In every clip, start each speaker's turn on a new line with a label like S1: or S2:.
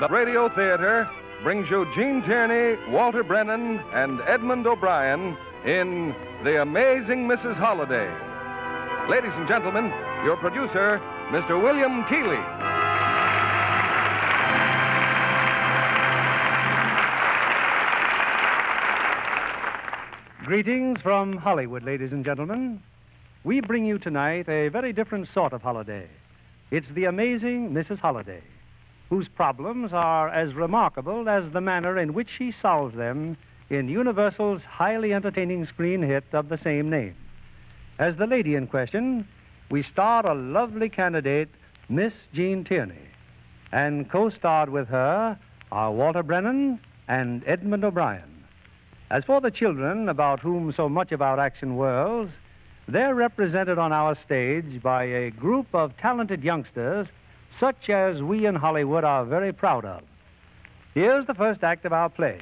S1: The Radio Theater brings you Gene Tierney, Walter Brennan, and Edmund O'Brien in The Amazing Mrs. Holliday. Ladies and gentlemen, your producer, Mr. William Keeley.
S2: Greetings from Hollywood, ladies and gentlemen. We bring you tonight a very different sort of holiday. It's the amazing Mrs. Holliday, whose problems are as remarkable as the manner in which she solves them in Universal's highly entertaining screen hit of the same name. As the lady in question, we star a lovely candidate, Miss Jean Tierney, and co starred with her are Walter Brennan and Edmund O'Brien. As for the children, about whom so much of our action whirls, they're represented on our stage by a group of talented youngsters, such as we in Hollywood are very proud of. Here's the first act of our play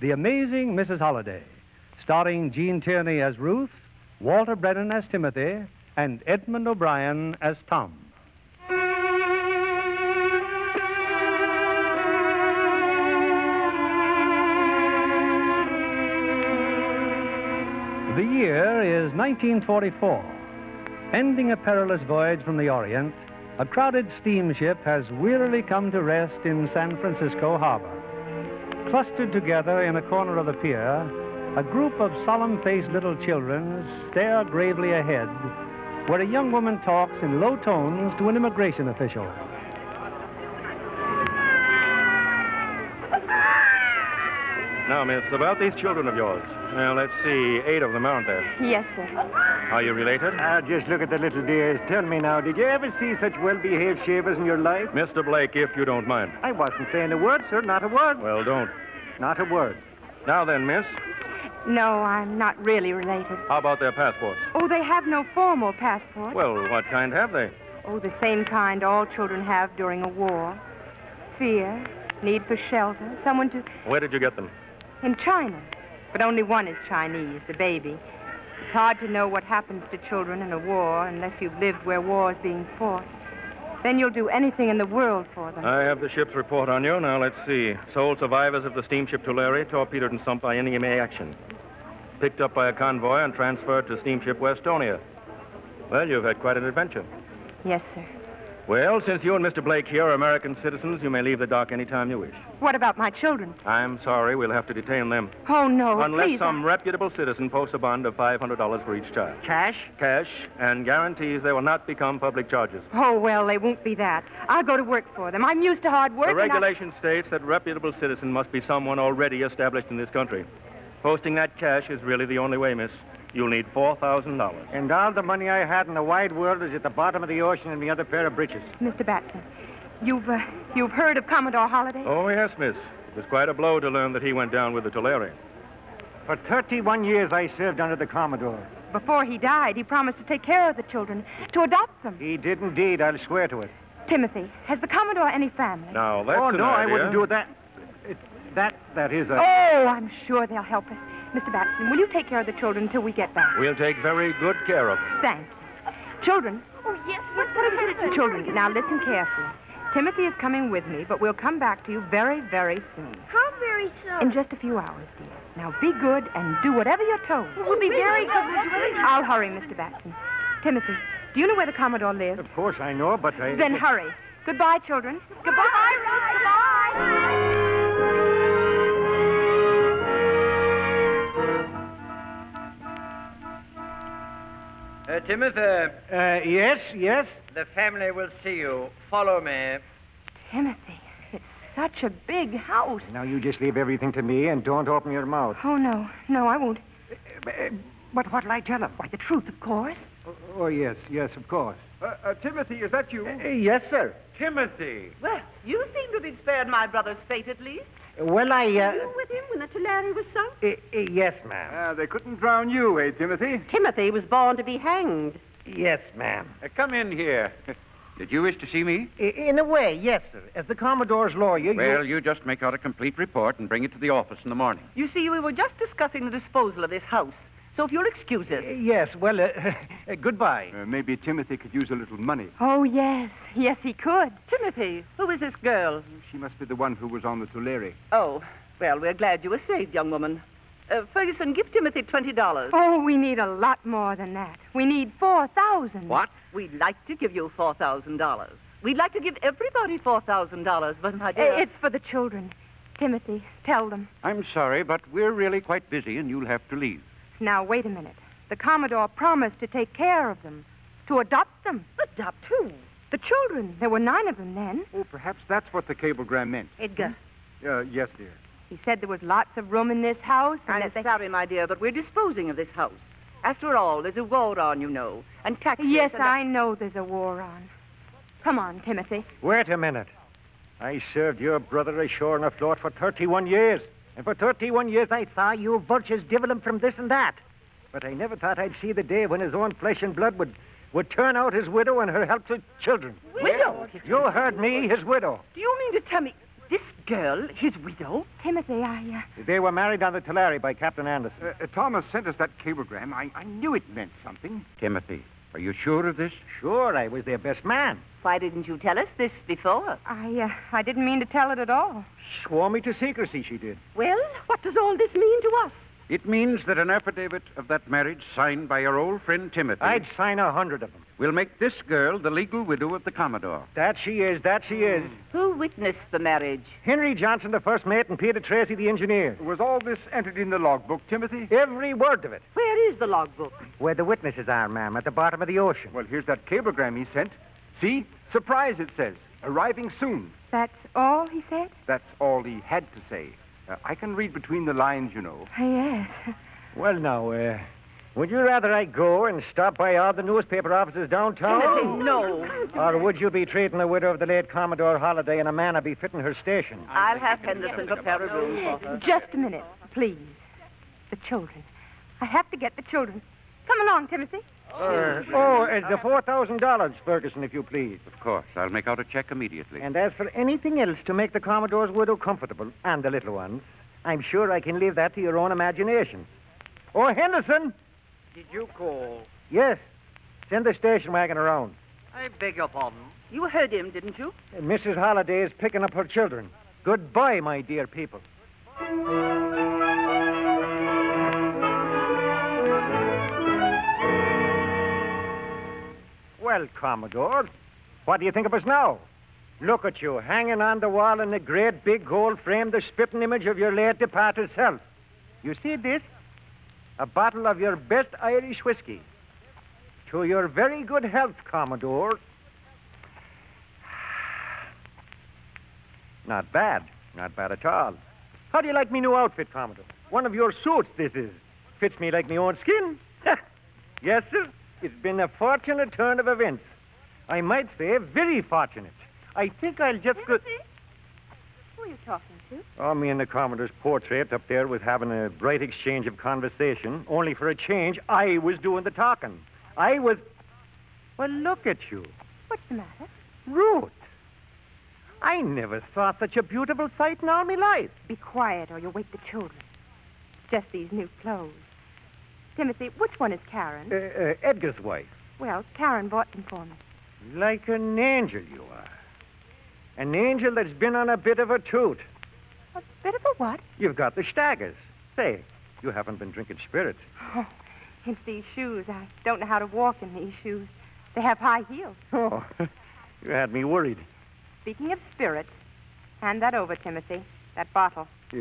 S2: The Amazing Mrs. Holliday, starring Jean Tierney as Ruth, Walter Brennan as Timothy, and Edmund O'Brien as Tom. The year is 1944. Ending a perilous voyage from the Orient, a crowded steamship has wearily come to rest in San Francisco harbor. Clustered together in a corner of the pier, a group of solemn faced little children stare gravely ahead, where a young woman talks in low tones to an immigration official.
S1: Now, miss, about these children of yours. Well, let's see, eight of them, aren't there?
S3: Yes, sir.
S1: Are you related?
S4: Ah, just look at the little dears. Tell me now, did you ever see such well-behaved shavers in your life?
S1: Mr. Blake, if you don't mind.
S4: I wasn't saying a word, sir. Not a word.
S1: Well, don't.
S4: Not a word.
S1: Now then, miss,
S3: No, I'm not really related.
S1: how about their passports?
S3: Oh, they have no formal passport.
S1: Well, what kind have they?
S3: Oh, the same kind all children have during a war fear, need for shelter, someone to.
S1: Where did you get them?
S3: in China. But only one is Chinese, the baby. It's hard to know what happens to children in a war unless you've lived where war is being fought. Then you'll do anything in the world for them.
S1: I have the ship's report on you. Now, let's see. Sole survivors of the steamship Tulare, torpedoed and sunk by enemy action. Picked up by a convoy and transferred to steamship Westonia. Well, you've had quite an adventure.
S3: yes, sir.
S1: Well, since you and Mr. Blake here are American citizens, you may leave the dock any time you wish.
S3: What about my children?
S1: I'm sorry, we'll have to detain them.
S3: Oh, no.
S1: Unless
S3: please.
S1: some reputable citizen posts a bond of $500 for each child.
S4: Cash?
S1: Cash and guarantees they will not become public charges.
S3: Oh, well, they won't be that. I'll go to work for them. I'm used to hard work.
S1: The
S3: and I-
S1: regulation states that reputable citizen must be someone already established in this country. Posting that cash is really the only way, miss. You'll need $4,000.
S4: And all the money I had in the wide world is at the bottom of the ocean in the other pair of breeches.
S3: Mr. Batson, you've uh, you've heard of Commodore Holliday?
S1: Oh, yes, miss.
S5: It was quite a blow to learn that he went down with the Tulare.
S4: For 31 years I served under the Commodore.
S3: Before he died, he promised to take care of the children, to adopt them.
S4: He did indeed. I'll swear to it.
S3: Timothy, has the Commodore any family?
S5: Now, that's
S4: oh,
S5: an
S4: no, I
S5: idea.
S4: wouldn't do that. It, that, that is a.
S3: Oh, I'm sure they'll help us. Mr. Batson, will you take care of the children until we get back?
S5: We'll take very good care of him.
S3: Thank you. Children. Oh, yes, yes, what is it? Children, now listen carefully. Timothy is coming with me, but we'll come back to you very, very soon.
S6: How very soon?
S3: In just a few hours, dear. Now be good and do whatever you're told.
S6: We'll be very good. We'll do everything.
S3: I'll hurry, Mr. Batson. Timothy, do you know where the Commodore lives?
S4: Of course I know, but I.
S3: Then hurry. Goodbye, children. Goodbye.
S7: Uh, Timothy,
S4: Uh, yes, yes.
S7: the family will see you. Follow me.
S3: Timothy, it's such a big house.
S4: Now you just leave everything to me and don't open your mouth.
S3: Oh, no. No, I won't.
S4: But what'll I tell him?
S3: Why, the truth, of course.
S4: Oh, yes, yes, of course.
S5: Uh, uh, Timothy, is that you?
S4: yes, sir.
S5: Timothy!
S8: Well, you seem to have been spared my brother's fate, at least.
S4: Well, I. Uh,
S8: You were with him when the Tulare was sunk?
S4: yes, ma'am.
S5: Ah, they couldn't drown you, eh, Timothy?
S8: Timothy was born to be hanged.
S4: Yes, ma'am.
S5: come in here. Did you wish to see me?
S4: In a way, yes, sir. As the Commodore's lawyer,
S5: Well, you just make out a complete report and bring it to the office in the morning.
S8: You see, we were just discussing the disposal of this house. So if you'll excuse us.
S4: Yes, well, uh, goodbye.
S5: maybe Timothy could use a little money.
S3: Oh, yes. Yes, he could.
S8: Timothy, who is this girl?
S5: She must be the one who was on the Tulare.
S8: Oh, well, we're glad you were saved, young woman. Uh, Ferguson, give Timothy $20.
S3: Oh, we need a lot more than that. We need 4,000.
S8: We'd like to give you $4,000. We'd like to give everybody $4,000, but my
S3: I-
S8: dear...
S3: It's for the children. Timothy, tell them.
S5: I'm sorry, but we're really quite busy and you'll have to leave.
S3: Now, wait a minute. The Commodore promised to take care of them, to adopt them.
S8: Adopt who?
S3: The children. There were nine of them then. Hmm?
S5: Oh, perhaps that's what the cablegram meant.
S8: Edgar.
S5: Uh, yes, dear.
S3: He said there was lots of room in this house. And
S8: I'm
S3: that they...
S8: sorry, my dear, but we're disposing of this house. After all, there's a war on, you know, and taxes.
S3: Yes,
S8: and
S3: I know there's a war on. Come on, Timothy.
S4: Wait a minute. I served your brother a sure enough lord for 31 years. And for 31 years, I saw you vultures divil him from this and that. But I never thought I'd see the day when his own flesh and blood would, would turn out his widow and her helpless children.
S8: Widow?
S4: You heard me, his widow.
S8: Do you mean to tell me this girl, his widow?
S3: Timothy, I. uh,
S4: They were married on the Tulare by Captain Anderson.
S5: Thomas sent us that cablegram. I, I knew it meant something. Timothy, are you sure of this?
S4: Sure, I was their best man.
S8: Why didn't you tell us this before?
S3: Uh, I, uh, I didn't mean to tell it at all.
S4: Swore me to secrecy, she did.
S8: Well, what does all this mean to us?
S5: It means that an affidavit of that marriage signed by your old friend Timothy
S4: I'd sign a hundred of them.
S5: will make this girl the legal widow of the Commodore.
S4: That she is, that she is.
S5: Hmm.
S8: Who witnessed the marriage?
S4: Henry Johnson, the first mate, and Peter Tracy, the engineer.
S5: Was all this entered in the logbook, Timothy?
S4: Every word of it.
S8: Where is the logbook?
S4: Where the witnesses are, ma'am, at the bottom of the ocean.
S5: Well, here's that cablegram he sent. See? Surprise, it says. Arriving soon.
S3: That's
S4: Oh.
S3: all he said?
S5: That's all he had to say. Uh, I can read between the lines, you know.
S3: Yes.
S4: Well, now, uh, would you rather I go and stop by all the newspaper offices downtown?
S8: Timothy, no.
S4: Or would you be treating the widow of the late Commodore Holliday in a manner befitting her station?
S8: I'll have Henderson prepare a room for her.
S3: Just a minute, please. The children. I have to get the children. Come along, Timothy.
S4: oh, uh, the $4,000, Ferguson, if you please.
S5: Of course. I'll make out a check immediately.
S4: And as for anything else to make the Commodore's widow comfortable and the little ones, I'm sure I can leave that to your own imagination. Oh, Henderson!
S7: Did you call?
S4: Yes. Send the station wagon around.
S7: I beg your pardon.
S8: You heard him, didn't you?
S4: Uh, Mrs. Holliday is picking up her children. Goodbye, my dear people. Well, Commodore, what do you think of us now? Look at you, hanging on the wall in the great big gold frame, the spitting image of your late departed self. You see this? A bottle of your best Irish whiskey. To your very good health, Commodore. Not bad. Not bad at all. How do you like me new outfit, Commodore? One of your suits, this is. Fits me like me own skin. yes, sir. It's been a fortunate turn of events. I might say very fortunate. I think I'll just go.
S6: were you talking to?
S4: Oh, me and the Commodore's portrait up there was having a bright exchange of conversation, only for a change, I was doing the talking. I was. Well, look at you.
S6: What's the matter?
S4: Ruth. I never saw such a beautiful sight in all me life.
S3: Be quiet or you'll wake the children. Just these new clothes. Timothy, which one is Karen?
S4: Uh, uh, Edgar's wife.
S3: well, Karen bought them for me.
S4: Like an angel, you are. An angel that's been on a bit of a toot.
S3: A bit of a what?
S4: You've got the staggers. Say, you haven't been drinking spirits.
S3: Oh, it's these shoes. I don't know how to walk in these shoes. They have high heels.
S4: Oh, you had me worried.
S3: Speaking of spirits, hand that over, Timothy. That bottle.
S4: Uh,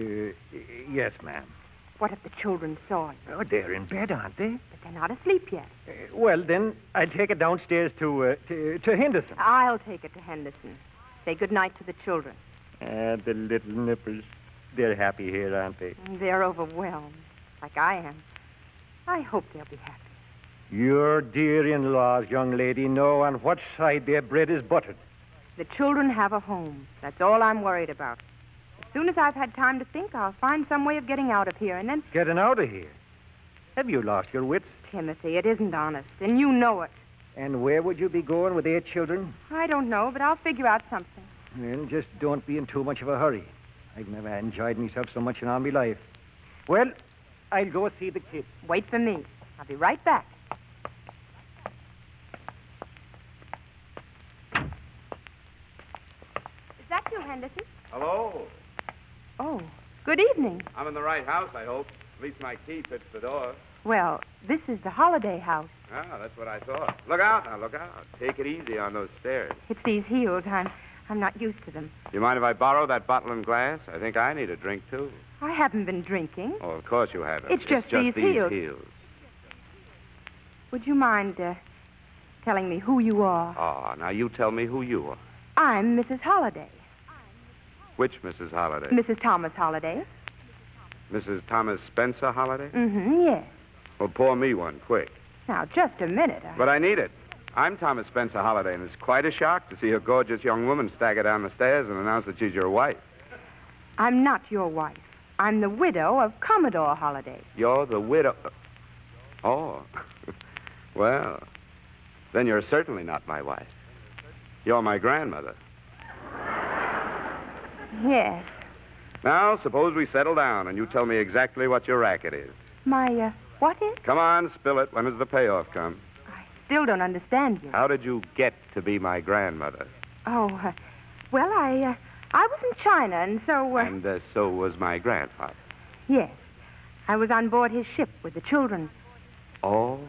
S4: yes, ma'am.
S3: What if the children saw it?
S4: Oh, they're in bed, aren't they?
S3: But they're not asleep yet.
S4: Uh, well, then, I'll take it downstairs to, uh, to, to Henderson.
S3: I'll take it to Henderson. Say good night to the children.
S4: Ah, the little nippers. They're happy here, aren't they?
S3: They're overwhelmed, like I am. I hope they'll be happy.
S4: Your dear in laws, young lady, know on what side their bread is buttered.
S3: The children have a home. That's all I'm worried about. As soon as I've had time to think, I'll find some way of getting out of here, and then,
S4: Getting out of here. Have you lost your wits?
S3: Timothy, it isn't honest, and you know it.
S4: And where would you be going with their children?
S3: I don't know, but I'll figure out something.
S4: Well, just don't be in too much of a hurry. I've never enjoyed myself so much in all my life. Well, I'll go see the kids.
S3: Wait for me. I'll be right back.
S6: Is that you, Henderson?
S9: Hello.
S3: Oh, good evening.
S9: I'm in the right house, I hope. At least my key fits the door.
S3: Well, this is the holiday house.
S9: Ah, that's what I thought. Look out now, look out. Take it easy on those stairs.
S3: It's these heels. I'm, I'm not used to them.
S9: Do you mind if I borrow that bottle and glass? I think I need a drink, too.
S3: I haven't been drinking.
S9: Oh, of course you haven't.
S3: It's just these heels. Would you mind uh, telling me who you are?
S9: Oh, now you tell me who you are.
S3: I'm Mrs. Holliday,
S9: Which Mrs. Holliday?
S3: Mrs. Thomas Holliday.
S9: Mrs. Thomas Spencer Holliday?
S3: Mm-hmm. Yes.
S9: Well, pour me one, quick.
S3: Now, just a minute. I-
S9: But I need it. I'm Thomas Spencer Holliday, and it's quite a shock to see a gorgeous young woman stagger down the stairs and announce that she's your wife.
S3: I'm not your wife. I'm the widow of Commodore Holliday.
S9: You're the widow. Oh. well, then you're certainly not my wife. You're my grandmother.
S3: Yes.
S9: Now, suppose we settle down and you tell me exactly what your racket is.
S3: My, uh, what is?
S9: Come on, spill it. When does the payoff come?
S3: Still don't understand you.
S9: How did you get to be my grandmother?
S3: Oh, uh, well, I, uh, I was in China, and so, uh,
S9: And uh, so was my grandfather.
S3: yes. I was on board his ship with the children.
S9: Oh.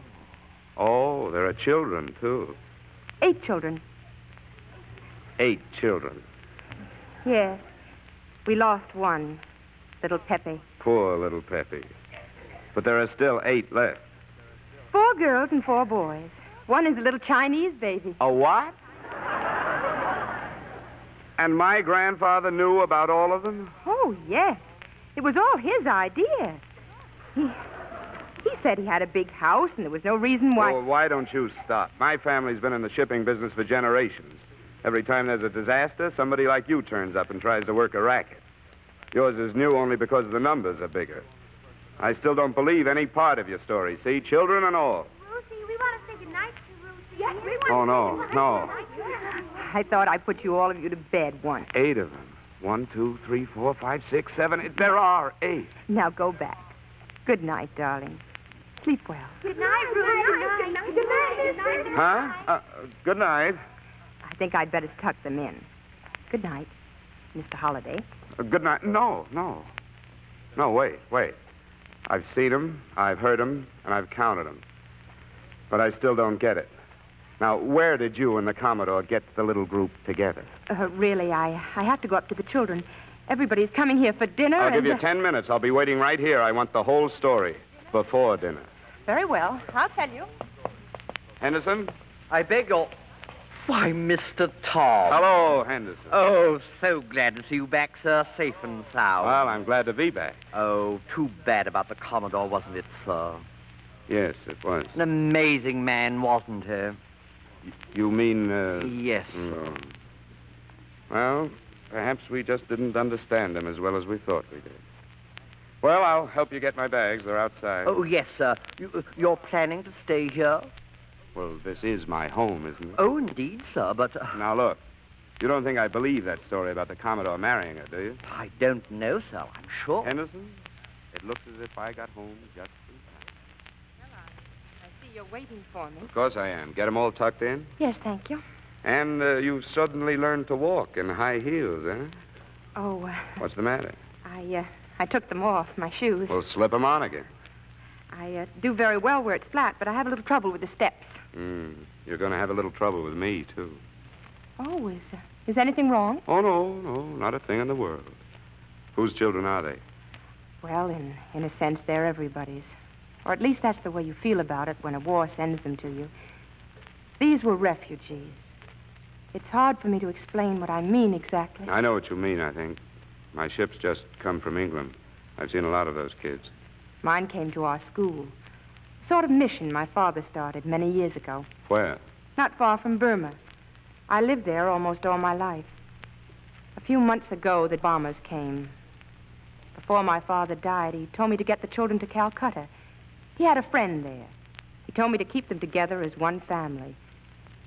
S9: Oh, there are children, too.
S3: Eight children.
S9: Eight children.
S3: Yes. We lost one, little Pepe.
S9: Poor little Peppy. But there are still eight left.
S3: Four girls and four boys. One is a little Chinese baby.
S9: A what? And my grandfather knew about all of them?
S3: Oh, yes. It was all his idea. He, he said he had a big house and there was no reason why.
S9: Well, Oh, why don't you stop? My family's been in the shipping business for generations. Every time there's a disaster, somebody like you turns up and tries to work a racket. Yours is new only because the numbers are bigger. I still don't believe any part of your story, see? Children and all.
S6: Lucy, we want to say goodnight to Lucy. Yes, we want
S9: Oh, no, no.
S3: I thought I put you all of you to bed once.
S9: Eight of them. One, two, three, four, five, six, seven. eight. There are eight.
S3: Now go back. Good night, darling. Sleep well.
S6: Good night, Ruth. Good night. Good night. Good night. Good night.
S9: Huh? Uh, good night.
S3: I think I'd better tuck them in. Good night, Mr. Holliday.
S9: Uh, good night. No, no. No, wait, wait. I've seen 'em, I've heard 'em, and I've counted 'em. But I still don't get it. Now, where did you and the Commodore get the little group together?
S3: Uh, really, I, I have to go up to the children. Everybody's coming here for dinner.
S9: I'll
S3: and,
S9: give you
S3: uh,
S9: ten minutes. I'll be waiting right here. I want the whole story before dinner.
S3: Very well. I'll tell you.
S9: Henderson?
S7: I beg your. Why, Mr. Tom.
S9: Hello, Henderson.
S7: Oh, so glad to see you back, sir, safe and sound.
S9: Well, I'm glad to be back.
S7: Oh, too bad about the Commodore, wasn't it, sir?
S9: Yes, it was.
S7: An amazing man, wasn't he?
S9: You mean, uh.
S7: Yes.
S9: no. Well, Perhaps we just didn't understand him as well as we thought we did. Well, I'll help you get my bags. They're outside.
S7: Oh, yes, sir. You, you're planning to stay here?
S9: Well, this is my home, isn't it?
S7: Oh, indeed, sir, but uh,
S9: Now, look. You don't think I believe that story about the Commodore marrying her, do you?
S7: I don't know, sir. I'm sure.
S9: Henderson, it looks as if I got home just in time.
S3: I see you're waiting for me.
S9: Of course I am. Get 'em all tucked in?
S3: Yes, thank you.
S9: And uh, you suddenly learned to walk in high heels, eh?
S3: Oh, uh,
S9: What's the matter?
S3: I, uh, I took them off, my shoes.
S9: Well, slip 'em on again.
S3: I uh, do very well where it's flat, but I have a little trouble with the steps.
S9: Mm. You're going to have a little trouble with me, too.
S3: Oh, is, uh, is anything wrong?
S9: Oh, no, no, not a thing in the world. Whose children are they?
S3: Well, in, in a sense, they're everybody's. Or at least that's the way you feel about it when a war sends them to you. These were refugees. It's hard for me to explain what I mean exactly.
S9: I know what you mean, I think. My ship's just come from England. I've seen a lot of those kids.
S3: Mine came to our school. A sort of mission my father started many years ago,
S9: Where?
S3: not far from Burma. I lived there almost all my life. A few months ago, the bombers came. Before my father died, he told me to get the children to Calcutta. He had a friend there. He told me to keep them together as one family.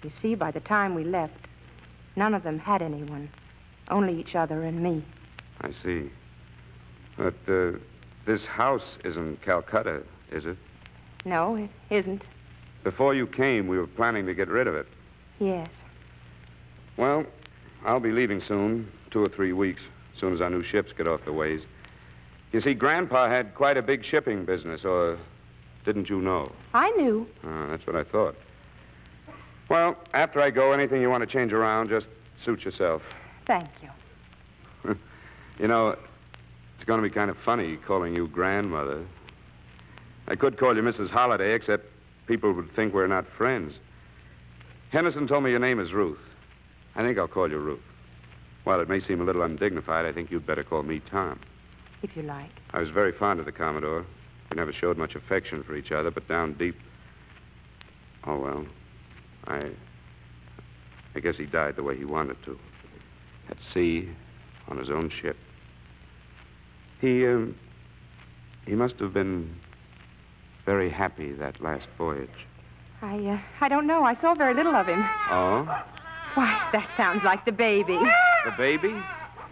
S3: You see, by the time we left, none of them had anyone, only each other and me.
S9: I see. But uh, this house isn't Calcutta, is it?
S3: No, it isn't.
S9: Before you came, we were planning to get rid of it.
S3: Yes.
S9: Well, I'll be leaving soon, two or three weeks, as soon as our new ships get off the ways. You see, Grandpa had quite a big shipping business, or didn't you know?
S3: I knew.
S9: Ah, that's what I thought. Well, after I go, anything you want to change around, just suit yourself.
S3: Thank you.
S9: You know, it's going to be kind of funny calling you grandmother. I could call you Mrs. Holliday, except people would think we're not friends. Henderson told me your name is Ruth. I think I'll call you Ruth. While it may seem a little undignified, I think you'd better call me Tom.
S3: If you like.
S9: I was very fond of the Commodore. We never showed much affection for each other, but down deep. Oh, well. I. I guess he died the way he wanted to. At sea, on his own ship. He, um. He must have been very happy that last voyage.
S3: I, uh, I don't know. I saw very little of him.
S9: Oh?
S3: Why, that sounds like the baby.
S9: The baby?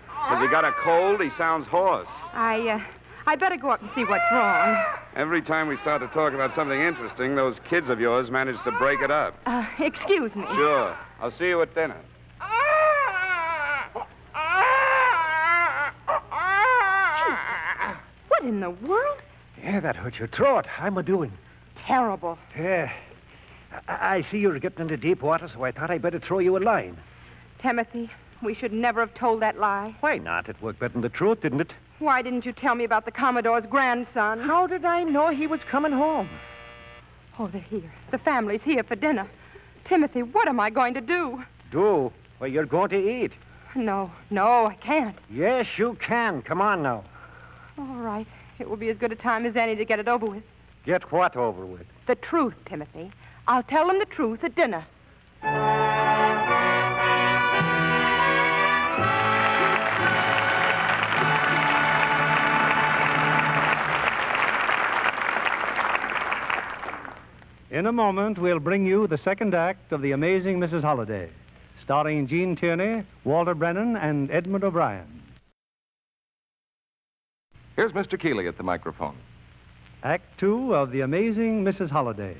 S9: Has he got a cold? He sounds hoarse.
S3: I, uh, I better go up and see what's wrong.
S9: Every time we start to talk about something interesting, those kids of yours manage to break it up.
S3: Uh, excuse me.
S9: Sure. I'll see you at dinner.
S3: What in the world?
S4: Yeah, that hurt your throat. I'm a doing.
S3: Terrible.
S4: Yeah. I-, I see you're getting into deep water, so I thought I'd better throw you a line.
S3: Timothy, we should never have told that lie.
S4: Why not? It worked better than the truth, didn't it?
S3: Why didn't you tell me about the Commodore's grandson? How did I know he was coming home? Oh, they're here. The family's here for dinner. Timothy, what am I going to do?
S4: Do. Well, you're going to eat.
S3: No, no, I can't.
S4: Yes, you can. Come on now.
S3: All right. It will be as good a time as any to get it over with.
S4: Get what over with?
S3: The truth, Timothy. I'll tell them the truth at dinner.
S2: In a moment, we'll bring you the second act of The Amazing Mrs. Holliday, starring Gene Tierney, Walter Brennan, and Edmund O'Brien.
S10: Here's Mr. Keeley at the microphone.
S2: Act two of The Amazing Mrs. Holliday,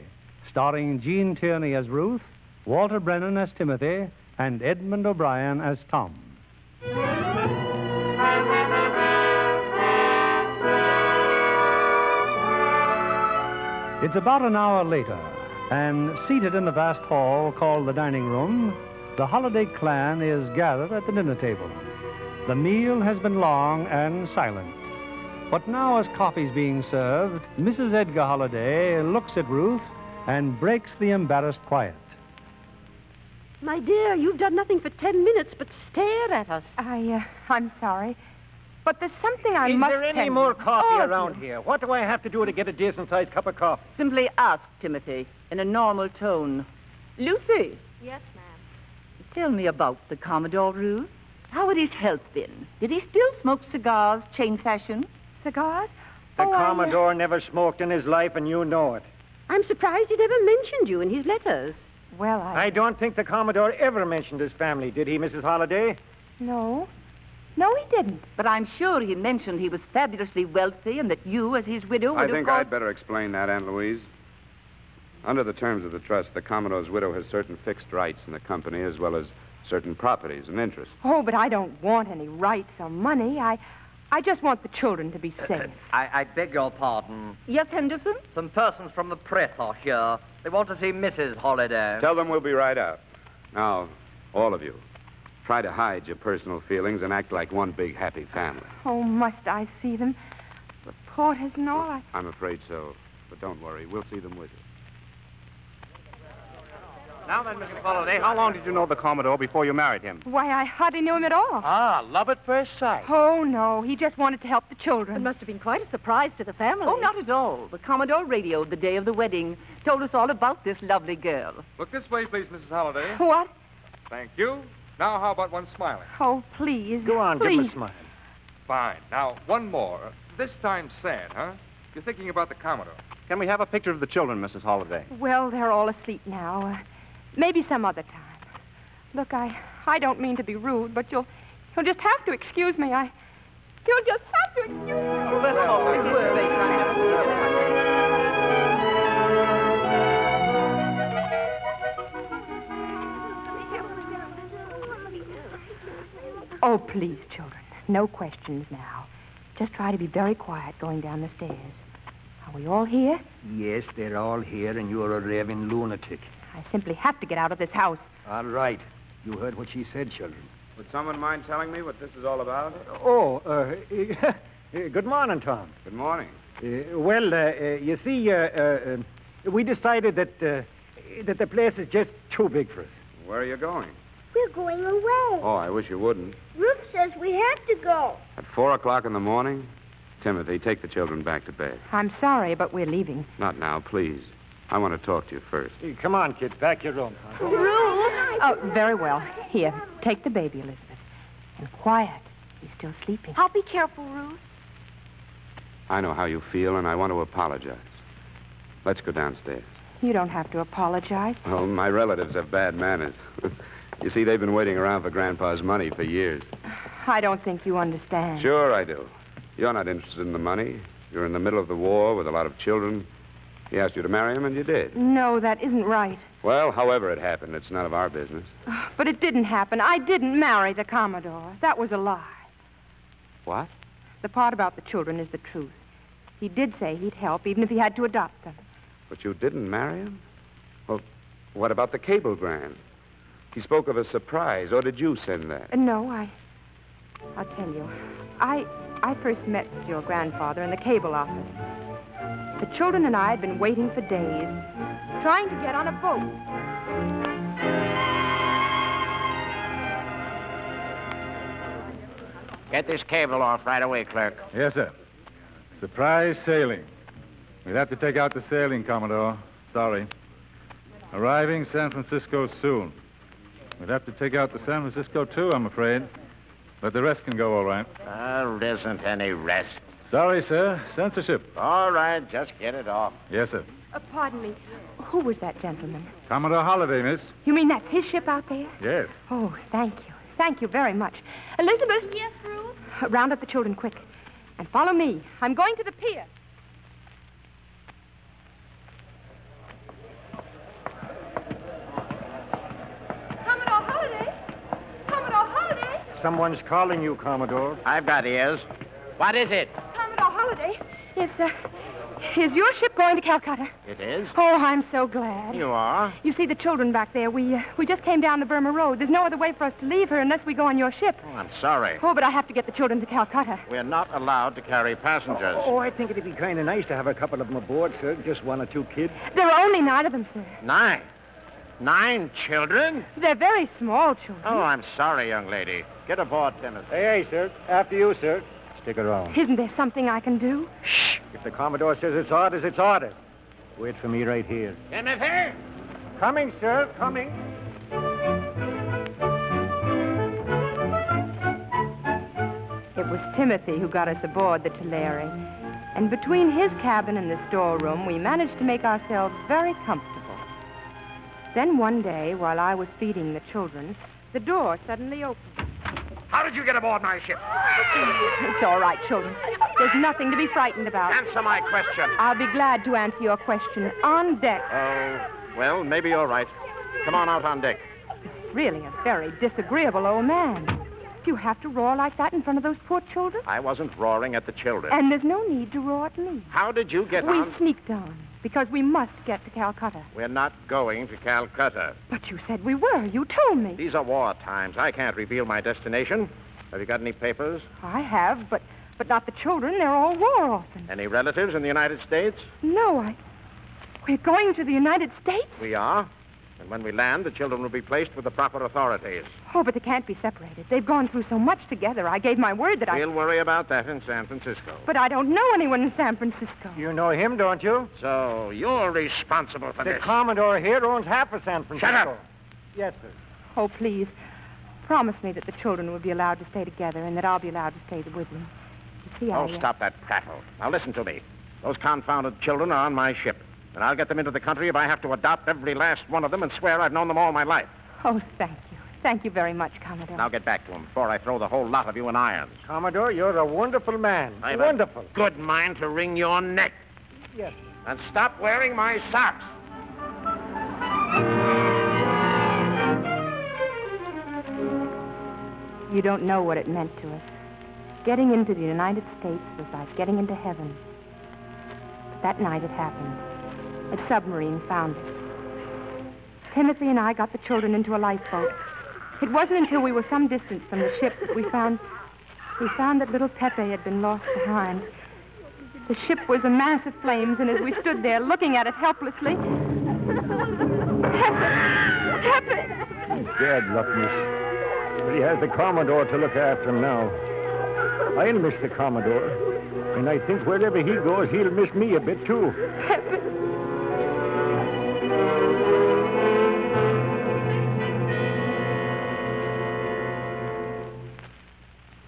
S2: starring Gene Tierney as Ruth, Walter Brennan as Timothy, and Edmund O'Brien as Tom. It's about an hour later, and seated in the vast hall called the dining room, the Holiday clan is gathered at the dinner table. The meal has been long and silent. But now, as coffee's being served, Mrs. Edgar Holliday looks at Ruth and breaks the embarrassed quiet.
S11: My dear, you've done nothing for ten minutes but stare at us.
S3: I, uh, I'm sorry. But there's something I
S4: Is
S3: must
S4: there
S3: tell
S4: any
S3: you. Oh,
S4: more coffee
S3: All of
S4: around
S3: you.
S4: here? What do I have to do to get a decent sized cup of coffee?
S8: Simply ask, Timothy, in a normal tone. Lucy,
S6: Yes, ma'am.
S8: tell me about the Commodore Ruth. How had his health been? Did he still smoke cigars, chain fashion?
S3: Cigars?
S4: The
S11: Oh, I, uh,
S4: Commodore never smoked in his life, and you know it.
S11: I'm surprised he never mentioned you in his letters.
S3: Well,
S4: I don't think the Commodore ever mentioned his family, did he, Mrs. Holliday?
S3: No. No, he didn't.
S8: But I'm sure he mentioned he was fabulously wealthy and that you, as his widow, would
S9: I
S8: have
S9: think
S8: caused-
S9: I'd better explain that, Aunt Louise. Under the terms of the trust, the Commodore's widow has certain fixed rights in the company as well as certain properties and interests.
S3: Oh, but I don't want any rights or money. I, I just want the children to be safe.
S12: I, I beg your pardon.
S8: Yes, Henderson?
S12: Some persons from the press are here. They want to see Mrs. Holliday.
S9: Tell them we'll be right up. Now, all of you, try to hide your personal feelings and act like one big happy family.
S3: Oh, must I see them? Reporters and all. I...
S9: I'm afraid so. But don't worry, we'll see them with you.
S13: Now then, Mrs. Holliday, how long did you know the Commodore before you married him?
S3: Why, I hardly knew him at all.
S13: Ah, love at first sight.
S3: Oh, no. He just wanted to help the children. It must
S8: have been quite a surprise to the family. Oh, not at all. The Commodore radioed the day of the wedding, told us all about this lovely girl.
S10: Look this way, please, Mrs. Holliday.
S3: What?
S10: Thank you. Now, how about one smiling?
S3: Oh, please.
S10: Go on, give him a
S3: please.
S10: smile. Fine. Now, one more. This time sad, huh? You're thinking about the Commodore.
S13: Can we have a picture of the children, Mrs. Holliday?
S3: Well, they're all asleep now. Uh, maybe some other time. Look, I, I don't mean to be rude, but you'll, you'll just have to excuse me. I, you'll just have to excuse me. Oh, please, children. No questions now. Just try to be very quiet going down the stairs. Are we all here?
S4: Yes, they're all here, and you're a raving lunatic.
S3: I simply have to get out of this house.
S4: All right. You heard what she said, children.
S9: Would someone mind telling me what this is all about?
S4: Oh, uh, uh, good morning, Tom.
S9: Good morning.
S4: Uh, well, uh, uh, you see, uh, uh, uh, we decided that uh, that the place is just too big for us.
S9: Where are you going?
S6: We're going away.
S9: Oh, I wish you wouldn't.
S6: Ruth says we have to go.
S9: At four o'clock in the morning? Timothy, take the children back to bed.
S3: I'm sorry, but we're leaving.
S9: Not now, please. I want to talk to you first.
S4: Come on, kids, back your room.
S3: Ruth? Oh, very well. Here, take the baby, Elizabeth. And quiet. He's still sleeping.
S6: I'll be careful, Ruth.
S9: I know how you feel, and I want to apologize. Let's go downstairs.
S3: You don't have to apologize.
S9: Well, my relatives have bad manners. you see, they've been waiting around for Grandpa's money for years.
S3: I don't think you understand.
S9: Sure, I do. You're not interested in the money. You're in the middle of the war with a lot of children. He asked you to marry him, and you did.
S3: No, that isn't right.
S9: Well, however it happened, it's none of our business.
S3: But it didn't happen. I didn't marry the Commodore. That was a lie.
S9: What?
S3: The part about the children is the truth. He did say he'd help, even if he had to adopt them.
S9: But you didn't marry him? Well, what about the cablegram? He spoke of a surprise, or did you send that?
S3: Uh, No, I. I'll tell you. I I first met your grandfather in the cable office. The children and I had been waiting for days, trying to get on a boat.
S14: Get this cable off right away, clerk.
S15: Yes, sir. Surprise sailing. We'll have to take out the sailing, Commodore. Sorry. Arriving San Francisco soon. We'll have to take out the San Francisco, too, I'm afraid. But the rest can go all right.
S14: Oh, there isn't any rest.
S15: Sorry, sir. Censorship.
S14: All right, just get it off.
S15: Yes, sir.
S3: Uh, pardon me. Who was that gentleman?
S15: Commodore Holliday, miss.
S3: You mean that's his ship out there?
S15: Yes.
S3: Oh, thank you. Thank you very much. Elizabeth. Yes, Ruth? Round up the children quick. And follow me. I'm going to the pier.
S6: Commodore Holiday? Commodore Holiday?
S4: Someone's calling you, Commodore.
S14: I've got ears. What is it?
S3: Commodore Holiday. Is, uh, is your ship going to Calcutta?
S14: It is?
S3: Oh, I'm so glad.
S14: You are?
S3: You see the children back there. We uh, we just came down the Burma Road. There's no other way for us to leave her unless we go on your ship.
S14: Oh, I'm sorry.
S3: Oh, but I have to get the children to Calcutta.
S14: We're not allowed to carry passengers.
S4: Oh, I think it'd be kind of nice to have a couple of them aboard, sir. Just one or two kids.
S3: There are only nine of them, sir.
S14: Nine. Nine children?
S3: They're very small children.
S14: Oh, I'm sorry, young lady. Get aboard, Timothy.
S4: Hey, hey, sir. After you, sir. Stick around.
S3: Isn't there something I can do?
S4: If the Commodore says it's orders, it's orders. Wait for me right here.
S14: Timothy?
S4: Coming, sir. Coming.
S3: was Timothy who got us aboard the Tulare. And between his cabin and the storeroom, we managed to make ourselves very comfortable. Then one day, while I was feeding the children, the door suddenly opened.
S12: How did you get aboard my ship?
S3: It's all right, children. There's nothing to be frightened about.
S16: Answer my question.
S3: I'll be glad to answer your question on deck.
S16: Oh, well, maybe you're right. Come on out on deck.
S3: Really a very disagreeable old man. Do you have to roar like that in front of those poor children?
S16: I wasn't roaring at the children.
S3: And there's no need to roar at me.
S16: How did you get
S3: we
S16: on?
S3: sneaked on because we must get to Calcutta.
S16: We're not going to Calcutta.
S3: But you said we were. You told me.
S16: These are war times. I can't reveal my destination. Have you got any papers?
S3: I have, but but not the children. They're all war orphans.
S16: Any relatives in the United States?
S3: No, I. We're going to the United States.
S16: We are. And when we land, the children will be placed with the proper authorities.
S3: Oh, but they can't be separated. They've gone through so much together. I gave my word that I.
S16: We'll worry about that in San Francisco.
S3: But I don't know anyone in San Francisco.
S4: You know him, don't you?
S16: So you're responsible for
S4: The
S16: this.
S4: Commodore here owns half of San Francisco.
S16: up.
S4: Yes, sir.
S3: Oh, please, promise me that the children will be allowed to stay together and that I'll be allowed to stay with them. You see,
S16: Oh,
S3: I. uh,
S16: stop that prattle. Now listen to me. Those confounded children are on my ship, and I'll get them into the country if I have to adopt every last one of them and swear I've known them all my life.
S3: Oh, thank you. Thank you very much, Commodore.
S16: Now get back to them before I throw the whole lot of you in irons.
S4: Commodore, you're a wonderful man.
S16: I've a
S4: wonderful.
S16: good mind to wring your neck.
S4: Yes.
S16: And stop wearing my socks.
S3: You don't know what it meant to us. Getting into the United States was like getting into heaven. But that night it happened. A submarine found us. Timothy and I got the children into a lifeboat. It wasn't until we were some distance from the ship that we found we found that little Pepe had been lost behind. The ship was a mass of flames, and as we stood there looking at it helplessly, Pepe, Pepe,
S4: He's dead, Luckness. But he has the Commodore to look after him now. I'll miss the Commodore. And I think wherever he goes, he'll miss me a bit, too.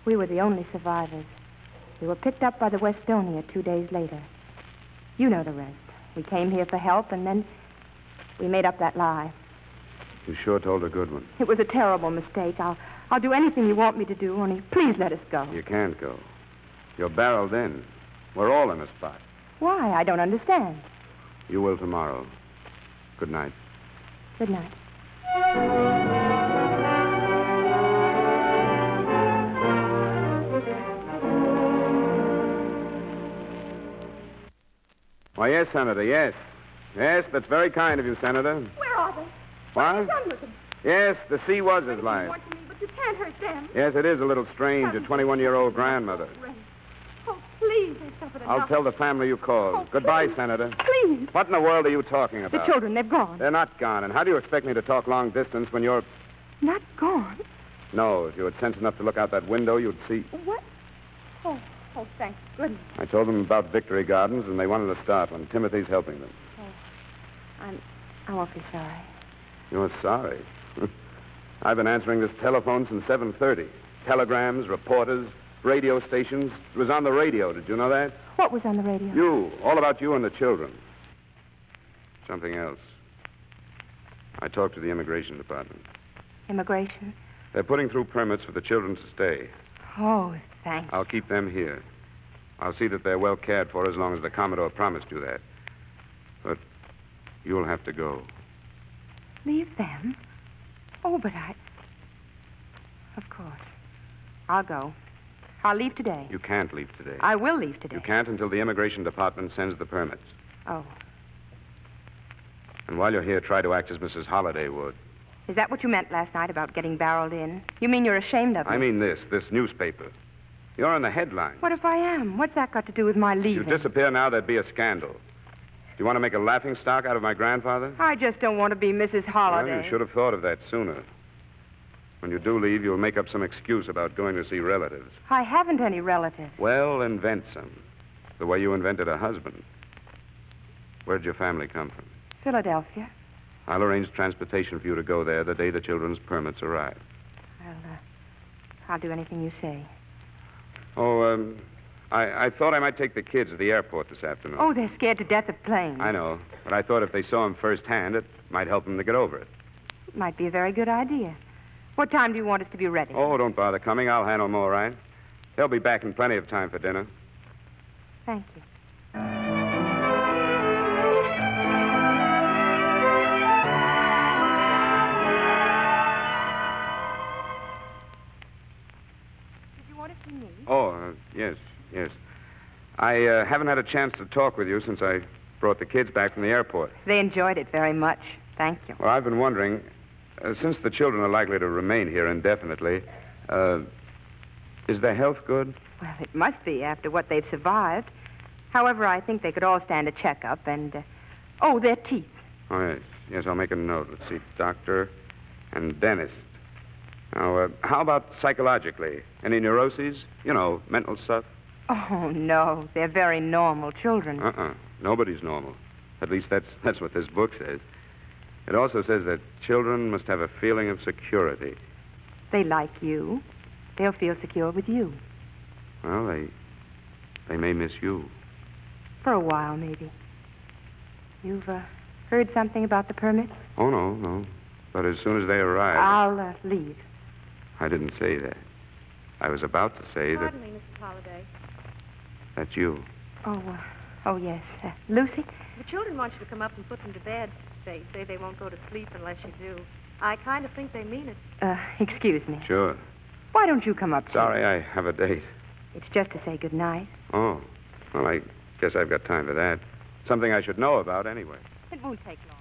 S3: We were the only survivors. We were picked up by the Westonia two days later. You know the rest. We came here for help, and then we made up that lie.
S9: You sure told a good one.
S3: It was a terrible mistake. I'll, I'll do anything you want me to do, only please let us go.
S9: You can't go. You're barreled in. We're all in a spot.
S3: Why? I don't understand.
S9: You will tomorrow. Good night.
S3: Good night.
S9: Why, yes, Senator, yes. Yes, that's very kind of you, Senator.
S6: Where are they?
S9: What?
S6: Done with them.
S9: Yes, the sea was his
S6: You
S9: life.
S6: want to leave, but you can't hurt them.
S9: Yes, it is a little strange, a 21 year old grandmother.
S6: Oh, please, they suffered enough.
S9: I'll tell the family you called. Goodbye, Senator.
S3: Oh, Please.
S9: What in the world are you talking
S3: The
S9: about?
S3: children, they've gone.
S9: They're not gone. And how do you expect me to talk long distance when you're.
S3: Not gone?
S9: No, if you had sense enough to look out that window, you'd see.
S6: What? Oh, oh, thank goodness.
S9: I told them about Victory Gardens, and they wanted to start when Timothy's helping them.
S3: I'm, I'm awfully sorry.
S9: You're sorry. I've been answering this telephone since 7.30. Telegrams, reporters, radio stations. It was on the radio. Did you know that?
S3: What was on the radio?
S9: You. All about you and the children. Something else. I talked to the immigration department.
S3: Immigration.
S9: They're putting through permits for the children to stay.
S3: Oh, thank
S9: I'll keep them here. I'll see that they're well cared for as long as the Commodore promised you that. But you'll have to go.
S3: Leave them? Oh, but I. Of course. I'll go. I'll leave today.
S9: You can't leave today.
S3: I will leave today.
S9: You can't until the immigration department sends the permits.
S3: Oh.
S9: And while you're here, try to act as Mrs. Holliday would.
S3: Is that what you meant last night about getting barreled in? You mean you're ashamed of me?
S9: I mean this, this newspaper. You're in the headline.
S3: What if I am? What's that got to do with my
S9: You
S3: leaving?
S9: disappear now, there'd be a scandal. Do you want to make a laughing stock out of my grandfather?
S3: I just don't want to be Mrs. Holliday.
S9: Well, you should have thought of that sooner. When you do leave, you'll make up some excuse about going to see relatives.
S3: I haven't any relatives.
S9: Well, invent some. The way you invented a husband. Where'd your family come from?
S3: Philadelphia.
S9: I'll arrange transportation for you to go there the day the children's permits arrive.
S3: I'll, uh, I'll do anything you say.
S9: Oh, um, I, I thought I might take the kids to the airport this afternoon.
S3: Oh, they're scared to death of planes.
S9: I know, but I thought if they saw him firsthand, it might help them to get over it.
S3: Might be a very good idea. What time do you want us to be ready?
S9: Oh, don't bother coming. I'll handle them all right. They'll be back in plenty of time for dinner.
S3: Thank you. Did you want to see me?
S9: Oh, uh, yes, yes. I uh, haven't had a chance to talk with you since I brought the kids back from the airport.
S3: They enjoyed it very much. Thank you.
S9: Well, I've been wondering, uh, since the children are likely to remain here indefinitely, uh, is their health good?
S3: Well, it must be after what they've survived. However, I think they could all stand a checkup and. Uh, oh, their teeth.
S9: Oh, yes. Yes, I'll make a note. Let's see. Doctor and dentist. Now, uh, how about psychologically? Any neuroses? You know, mental stuff?
S3: Oh, no. They're very normal children.
S9: Uh-uh. Nobody's normal. At least that's, that's what this book says. It also says that children must have a feeling of security.
S3: They like you. They'll feel secure with you.
S9: Well, they, they may miss you.
S3: For a while, maybe. You've uh, heard something about the permit?
S9: Oh, no, no. But as soon as they arrive...
S3: I'll uh, leave.
S9: I didn't say that. I was about to say that
S11: Pardon me, Mrs. Holliday.
S9: that's you.
S3: Oh, uh, oh yes. Uh, Lucy?
S11: The children want you to come up and put them to bed. They say they won't go to sleep unless you do. I kind of think they mean it.
S3: Uh, excuse me.
S9: Sure.
S3: Why don't you come up? Jim?
S9: Sorry, I have a date.
S3: It's just to say good night.
S9: Oh, well, I guess I've got time for that. Something I should know about anyway.
S3: It won't take long.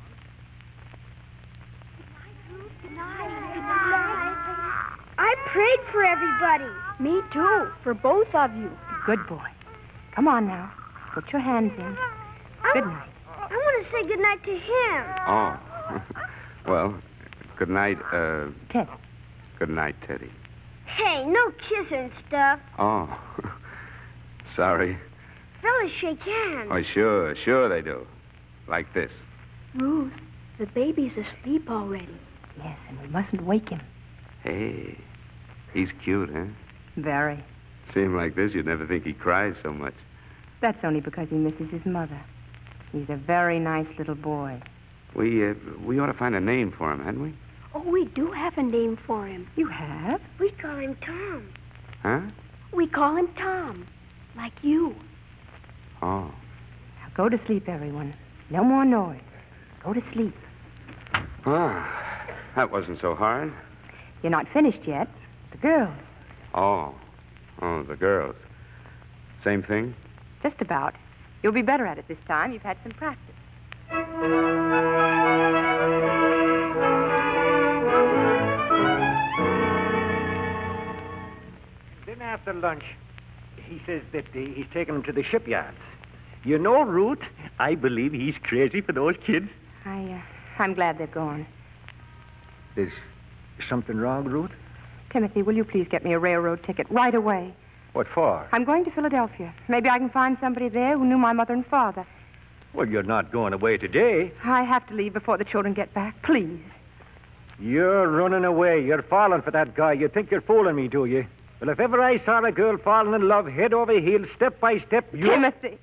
S6: Good night. Good night. I prayed for everybody. Me too. For both of you.
S3: Good boy. Come on now. Put your hands in. Good night.
S6: I want to say good night to him.
S9: Oh. well, good night, uh,
S3: Ted.
S9: good night, Teddy.
S6: Hey, no kissing stuff.
S9: Oh, sorry.
S6: Fellas shake hands.
S9: Oh, sure, sure they do. Like this.
S11: Ruth, the baby's asleep already.
S3: Yes, and we mustn't wake him.
S9: Hey, he's cute, huh?
S3: Very.
S9: See him like this, you'd never think he cries so much.
S3: That's only because he misses his mother. He's a very nice little boy.
S9: We uh, we ought to find a name for him, hadn't we?
S11: Oh, we do have a name for him.
S3: You have?
S6: We call him Tom.
S9: Huh?
S11: We call him Tom, like you.
S9: Oh.
S3: Now go to sleep, everyone. No more noise. Go to sleep.
S9: Ah, that wasn't so hard.
S3: You're not finished yet. The girls,
S9: Oh, oh, the girls. Same thing.
S3: just about. You'll be better at it this time. You've had some practice.
S4: Then after lunch, he says that uh, he's taking them to the shipyards. You know, Ruth, I believe he's crazy for those kids.
S3: I, uh, I'm glad they're gone.
S4: There's something wrong, Ruth?
S3: Timothy, will you please get me a railroad ticket right away?
S4: What for?
S3: I'm going to Philadelphia. Maybe I can find somebody there who knew my mother and father.
S4: Well, you're not going away today.
S3: I have to leave before the children get back. Please.
S4: You're running away. You're falling for that guy. You think you're fooling me, do you? Well, if ever I saw a girl falling in love head over heels, step by step, you.
S3: Timothy!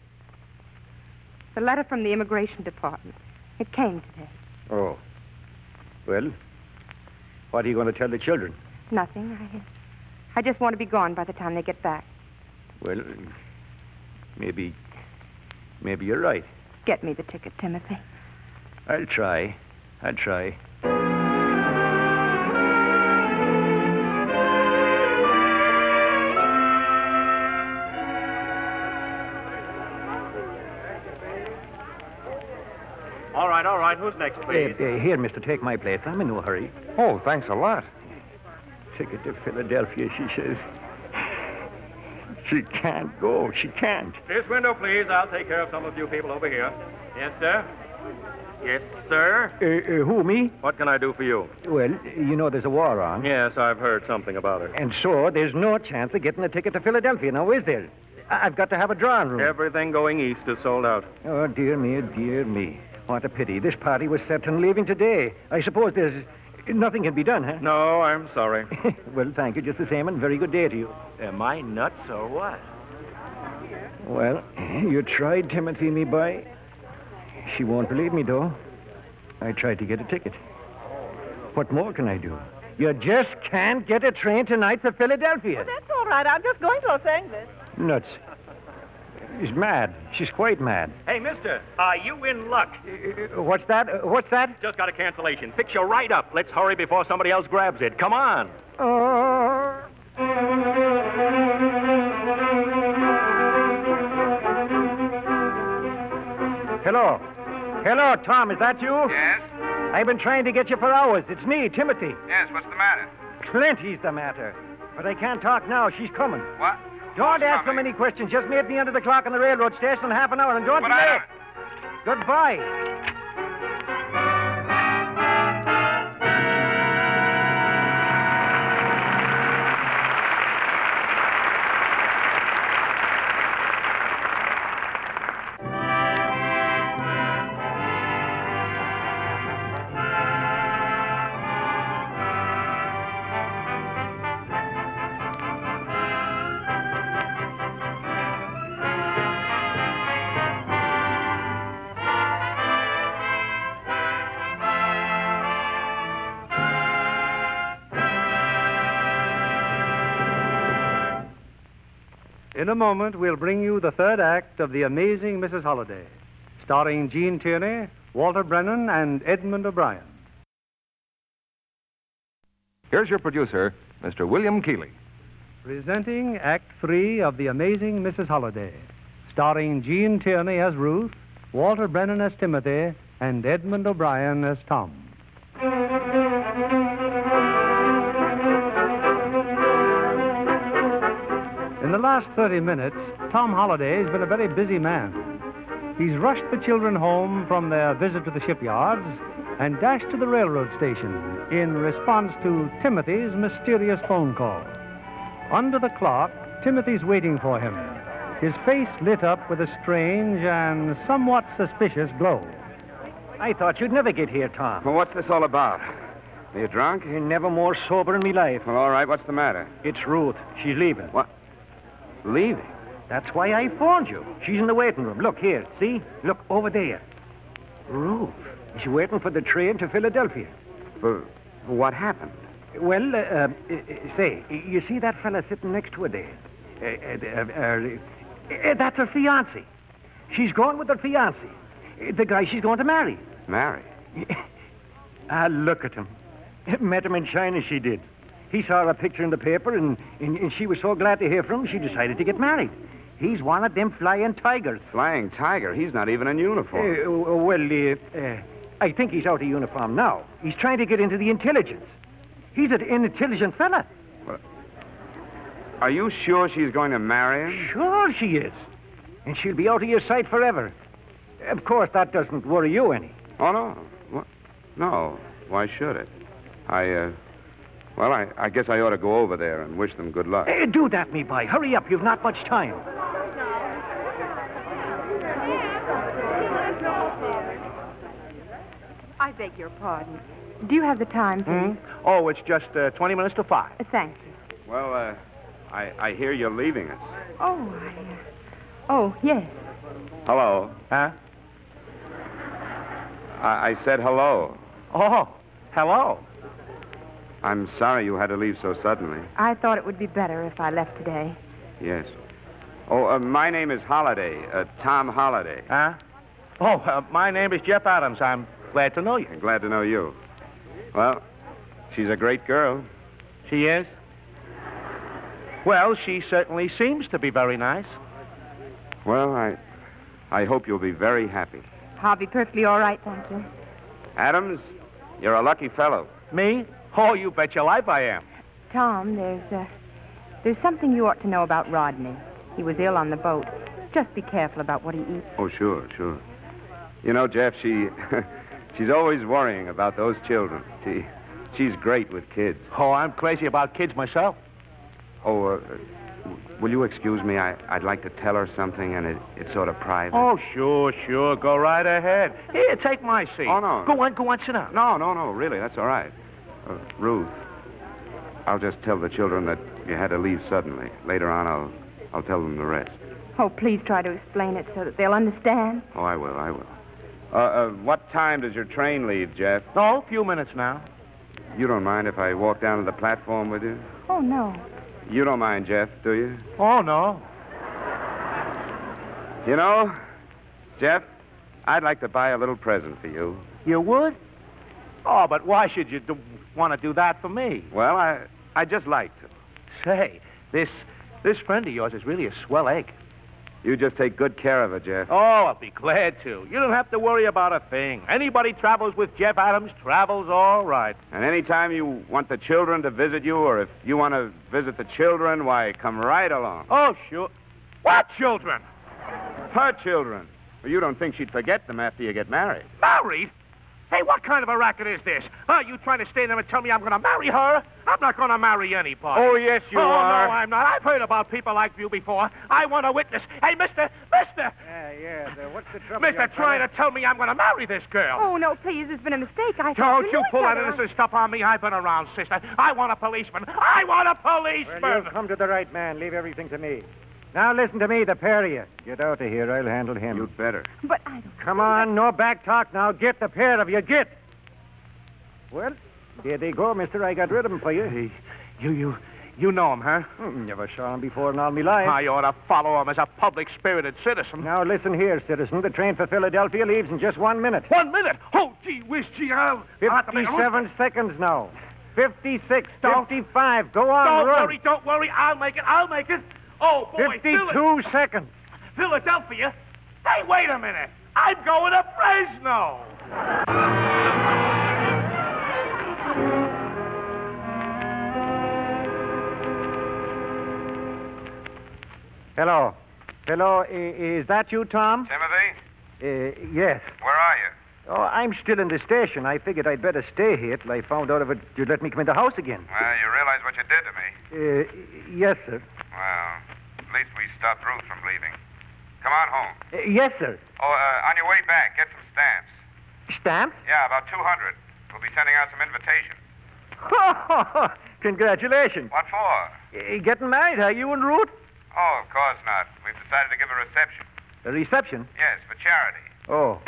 S3: The letter from the immigration department. It came today.
S4: Oh. Well, what are you going to tell the children?
S3: Nothing. I, I just want to be gone by the time they get back.
S4: Well, maybe. Maybe you're right.
S3: Get me the ticket, Timothy.
S4: I'll try. I'll try.
S13: All right, all right. Who's next, please?
S4: here, mister, take my plate. I'm in no hurry.
S13: Oh, thanks a lot.
S4: Ticket to Philadelphia, she says. She can't go. She can't.
S13: This window, please. I'll take care of some of you people over here. Yes, sir. Yes, sir.
S4: Uh, uh, who, me?
S13: What can I do for you?
S4: Well, you know there's a war on.
S13: Yes, I've heard something about it.
S4: And so there's no chance of getting a ticket to Philadelphia now, is there? I- I've got to have a drawing room.
S13: Everything going east is sold out.
S4: Oh, dear me, dear me. What a pity. This party was set on leaving today. I suppose there's Nothing can be done, huh?
S13: No, I'm sorry.
S4: well, thank you just the same, and very good day to you.
S13: Am I nuts or what?
S4: Well, you tried, Timothy, me boy. She won't believe me, though. I tried to get a ticket. What more can I do? You just can't get a train tonight for Philadelphia.
S11: That's all right. I'm just going to Los Angeles.
S4: Nuts. She's mad. She's quite mad.
S13: Hey, mister, are you in luck?
S4: What's that? Uh, What's that?
S13: Just got a cancellation. Fix you right up. Let's hurry before somebody else grabs it. Come on.
S4: Hello. Hello, Tom. Is that you? Yes. I've been trying to get you for hours. It's me, Timothy.
S5: Yes, what's the matter?
S4: Plenty's the matter. But I can't talk now. She's coming.
S5: What?
S4: Don't ask so many questions. Just meet me under the clock on the railroad station in half an hour and don't
S5: But
S4: be
S5: I
S4: late. Goodbye.
S2: In a moment, we'll bring you the third act of The Amazing Mrs. Holliday, starring Gene Tierney, Walter Brennan, and Edmund O'Brien.
S1: Here's your producer, Mr. William Keeley.
S2: Presenting Act Three of The Amazing Mrs. Holliday, starring Gene Tierney as Ruth, Walter Brennan as Timothy, and Edmund O'Brien as Tom. In the last 30 minutes, Tom Holliday has been a very busy man. He's rushed the children home from their visit to the shipyards and dashed to the railroad station in response to Timothy's mysterious phone call. Under the clock, Timothy's waiting for him, his face lit up with a strange and somewhat suspicious glow.
S4: I thought you'd never get here, Tom.
S9: Well, what's this all about? Are you drunk?
S4: never more sober in me life.
S9: Well, all right. What's the matter?
S4: It's Ruth. She's leaving.
S9: What? Leaving?
S4: That's why I phoned you. She's in the waiting room. Look here. See? Look over there. Ruth. She's waiting for the train to Philadelphia.
S9: Well, what happened?
S4: Well, uh, uh, uh, say, you see that fella sitting next to her there?
S9: Eh,
S4: Uh, uh, uh, uh, uh, that's her fiancé. She's gone with her fiancé, uh, the guy she's going to marry.
S9: Marry?
S4: Ah, look at him. Met him in China, she did. He saw her picture in the paper, and, and, and she was so glad to hear from him, she decided to get married. He's one of them flying tigers.
S9: Flying Tiger. He's not even in uniform.
S4: Uh, well, uh, uh, I think he's out of uniform now. He's trying to get into the intelligence. He's an intelligent fella.
S9: Are you sure she's going to marry him?
S4: Sure she is. And she'll be out of your sight forever. Of course, that doesn't worry you any.
S9: Oh, no. What? No. Why should it? I, uh. Well, I, I guess I ought to go over there and wish them good luck.
S4: Eh, do that, me boy. Hurry up. You've not much time.
S3: I beg your pardon. Do you have the time,
S13: Hmm?
S3: please?
S13: Oh, it's just uh, 20 minutes to 5.
S3: Uh, Thank you.
S9: Well, uh, I, I hear you're leaving us.
S3: Oh, I. Uh... Oh, yes.
S9: Hello.
S13: Huh?
S9: I, I said hello.
S13: Oh, hello.
S9: I'm sorry you had to leave so suddenly.
S3: I thought it would be better if I left today.
S9: Yes. Oh, uh, my name is Holliday, uh, Tom Holliday.
S13: Huh? Oh, uh, my name is Jeff Adams. I'm glad to know you.
S9: Glad to know you. Well, she's a great girl.
S13: She is? Well, she certainly seems to be very nice.
S9: Well, I, I hope you'll be very happy.
S3: I'll be perfectly all right, thank you.
S9: Adams, you're a lucky fellow.
S13: Me? Oh, you bet your life I am.
S3: Tom, there's uh, there's something you ought to know about Rodney. He was ill on the boat. Just be careful about what he eats.
S9: Oh, sure, sure. You know, Jeff, she, she's always worrying about those children. She, she's great with kids.
S13: Oh, I'm crazy about kids myself.
S9: Oh, uh, w- will you excuse me? I, I'd like to tell her something, and it, it's sort of private.
S13: Oh, sure, sure. Go right ahead. Here, take my seat.
S9: Oh, no.
S13: Go on, go on, sit down.
S9: No, no, no, really, that's all right. Uh, Ruth, I'll just tell the children that you had to leave suddenly. Later on, I'll, I'll tell them the rest.
S3: Oh, please try to explain it so that they'll understand.
S9: Oh, I will, I will. Uh, uh, what time does your train leave, Jeff? Oh, a few minutes now. You don't mind if I walk down to the platform with you?
S3: Oh, no.
S9: You don't mind, Jeff, do you?
S17: Oh, no.
S9: You know, Jeff, I'd like to buy a little present for you.
S18: You would? Oh, but why should you do, want to do that for me?
S9: Well, I, I just like to.
S18: Say, this this friend of yours is really a swell egg.
S9: You just take good care of her, Jeff.
S18: Oh, I'll be glad to. You don't have to worry about a thing. Anybody travels with Jeff Adams travels all right.
S9: And any time you want the children to visit you, or if you want to visit the children, why, come right along.
S18: Oh, sure. What
S9: children? Her children. Well, you don't think she'd forget them after you get married.
S13: Married? Hey, what kind of a racket is this? Are you trying to stand there and tell me I'm going to marry her? I'm not going to marry anybody.
S9: Oh, yes, you
S13: oh,
S9: are.
S13: no, I'm not. I've heard about people like you before. I want a witness. Hey, mister, mister,
S4: Yeah, yeah. the- what's the trouble?
S13: mister,
S4: young fella?
S13: trying to tell me I'm going to marry this girl.
S3: Oh, no, please. There's been a mistake. I
S13: Don't
S3: we
S13: you
S3: knew each
S13: pull that
S3: other.
S13: innocent stuff on me. I've been around, sister. I want a policeman. I want a policeman.
S4: Well, you've come to the right man. Leave everything to me. Now listen to me, the pair of you. Get out of here. I'll handle him. You'd
S9: better.
S3: But I don't.
S4: Come on, no back talk now. Get the pair of you. Get. Well, there they go, mister. I got rid of them for you. Hmm,
S17: You, you, you know him, huh?
S4: Never saw him before in all my life.
S17: I ought to follow him as a public spirited citizen.
S4: Now listen here, citizen. The train for Philadelphia leaves in just one minute.
S17: One minute. Oh, gee whiz, gee, I'll. I'll have to make a run.
S4: 57 seconds now. 56, 55. Go on,
S17: Don't
S4: run.
S17: worry, don't worry. I'll make it. I'll make it. Oh, boy.
S4: 52
S17: Phila-
S4: seconds.
S17: Philadelphia? Hey, wait a minute. I'm going to Fresno.
S4: Hello. Hello, i- is that you, Tom?
S19: Timothy,
S4: Uh, yes.
S19: where are you?
S4: Oh, I'm still in the station. I figured I'd better stay here till I found out if it, you'd let me come in the house again.
S9: Uh,
S19: Well, you realize what you did to me.
S4: Uh, yes, sir.
S19: Well, at least we stopped Ruth from leaving. Come on home.
S4: Uh, yes, sir.
S19: Oh, uh, on your way back, get some stamps.
S4: Stamps?
S19: Yeah, about 200. We'll be sending out some invitations.
S4: Congratulations.
S19: What for?
S4: Uh, getting married, are you and Ruth?
S19: Oh, of course not. We've decided to give a reception.
S4: A reception?
S19: Yes, for charity.
S4: Oh,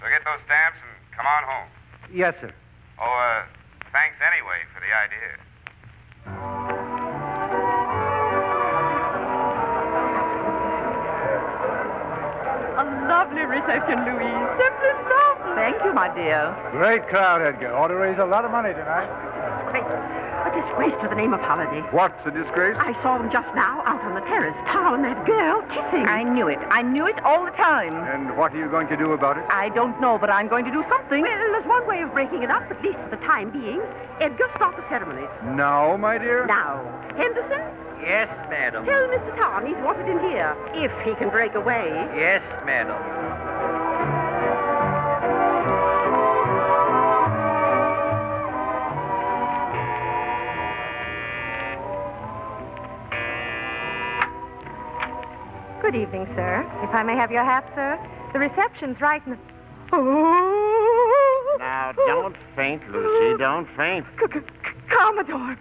S19: So get those stamps and come on home.
S4: yes, sir.
S19: Oh, uh, thanks anyway for the idea.
S15: A lovely reception, Louise. Simply lovely. Thank you, my dear.
S20: Great crowd, Edgar. Ought to raise a lot of money tonight.
S8: A disgrace to the name of holiday.
S20: What's the disgrace?
S8: I saw them just now out on the terrace, Tom and that girl kissing. I knew it. I knew it all the time.
S20: And what are you going to do about it?
S8: I don't know, but I'm going to do something. Well, there's one way of breaking it up, at least for the time being. Edgar, start the ceremony.
S20: Now, my dear?
S8: Now. Henderson?
S12: Yes, madam.
S8: Tell Mr. Tom he's wanted in here, if he can break away.
S12: Yes, madam.
S6: Good evening, sir. If I may have your hat, sir. The reception's right in the. Oh,
S16: Now, don't faint, Lucy. Don't faint.
S6: Commodore.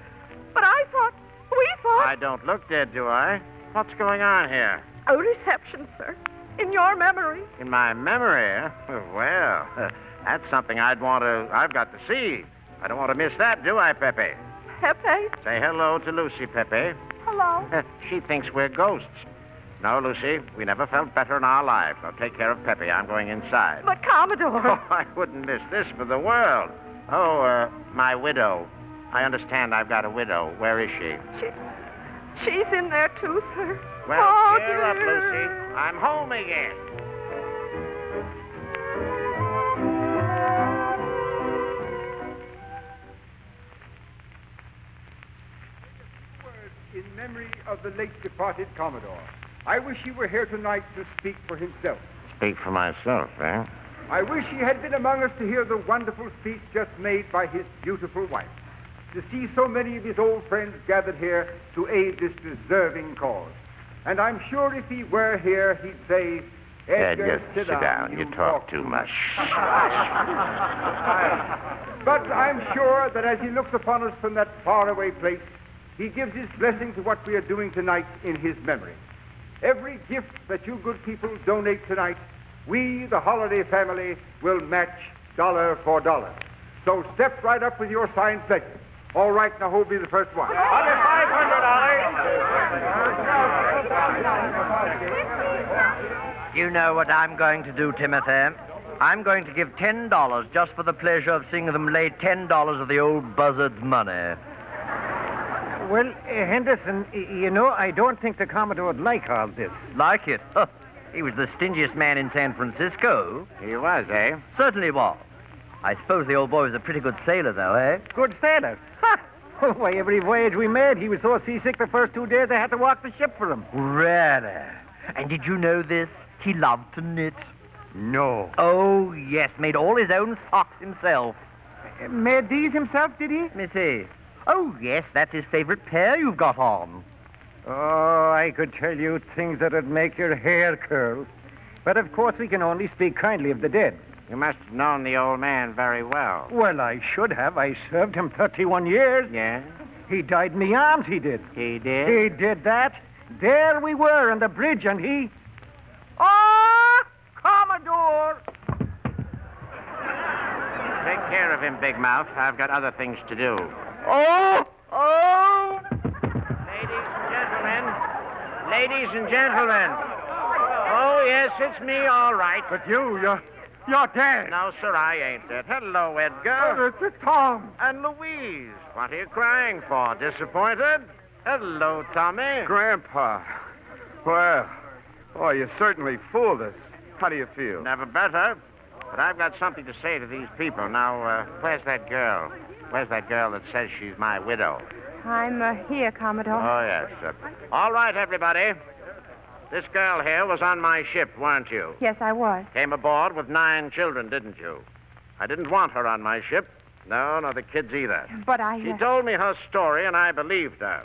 S6: But I thought. We thought.
S16: I don't look dead, do I? What's going on here?
S6: A Oh, reception, sir. In your memory.
S16: In my memory? Well, that's something I'd want to. I've got to see. I don't want to miss that, do I, Pepe?
S6: Pepe.
S16: Say hello to Lucy, Pepe.
S6: Hello.
S16: she thinks we're ghosts. No, Lucy, we never felt better in our lives. Now take care of Pepe. I'm going inside.
S6: But Commodore.
S16: Oh, I wouldn't miss this for the world. Oh, uh, my widow. I understand I've got a widow. Where is she?
S6: She's in there too, sir.
S16: Well,
S6: oh,
S16: cheer up, Lucy. I'm home again.
S20: In memory of the late departed Commodore, I wish he were here tonight to speak for himself.
S16: Speak for myself, eh?
S20: I wish he had been among us to hear the wonderful speech just made by his beautiful wife, to see so many of his old friends gathered here to aid this deserving cause. And I'm sure if he were here, he'd say,
S16: Edgar, sit down. You talk too much.
S20: But I'm sure that as he looks upon us from that faraway place, he gives his blessing to what we are doing tonight in his memory. Every gift that you good people donate tonight, we, the Holiday family, will match dollar for dollar. So step right up with your signed pledge. All right, now who'll be the first one?
S12: You know what I'm going to do, Timothy. I'm going to give $10 just for the pleasure of seeing them lay $10 of the old buzzard's money.
S4: Well, uh, Henderson, y- you know, I don't think the Commodore would like all this.
S12: Like it? Huh. He was the stingiest man in San Francisco. He was, eh? Certainly was. I suppose the old boy was a pretty good sailor, though, eh?
S4: Good sailor. Ha! Why, every voyage we made, he was so seasick the first two days I had to walk the ship for him.
S12: Really? And did you know this? He loved to knit. No. Oh, yes. Made all his own socks himself. Made these himself, did he? Let me see. Oh, yes. That's his favorite pair you've got on.
S4: Oh, I could tell you things that would make your hair curl. But of course, we can only speak kindly of the dead.
S16: You must have known the old man very well.
S4: Well, I should have. I served him 31 years.
S16: Yeah?
S4: He died in the arms, he did.
S16: He
S4: He
S16: did?
S4: did that. There we were on the bridge, and he. Oh, Commodore!
S16: Take care of him, Big Mouth. I've got other things to do.
S12: Oh! Oh!
S16: Ladies and gentlemen. Oh, yes, it's me, all right. But you, you're, you're dead. No, sir, I ain't dead. Hello, Edgar.
S20: It's Tom.
S16: And Louise. What are you crying for? Disappointed? Hello, Tommy.
S9: Grandpa. Well, boy, you certainly fooled us. How do you feel?
S16: Never better. But I've got something to say to these people. Now, uh, where's that girl? Where's that girl that says she's my widow?
S3: I'm uh, here, Commodore.
S16: Oh, yes. sir. all right, everybody. This girl here was on my ship, weren't you?
S3: Yes, I was.
S16: Came aboard with nine children, didn't you? I didn't want her on my ship. No, no, the kids either.
S3: But I.
S16: She
S3: Uh,
S16: told me her story, and I believed her.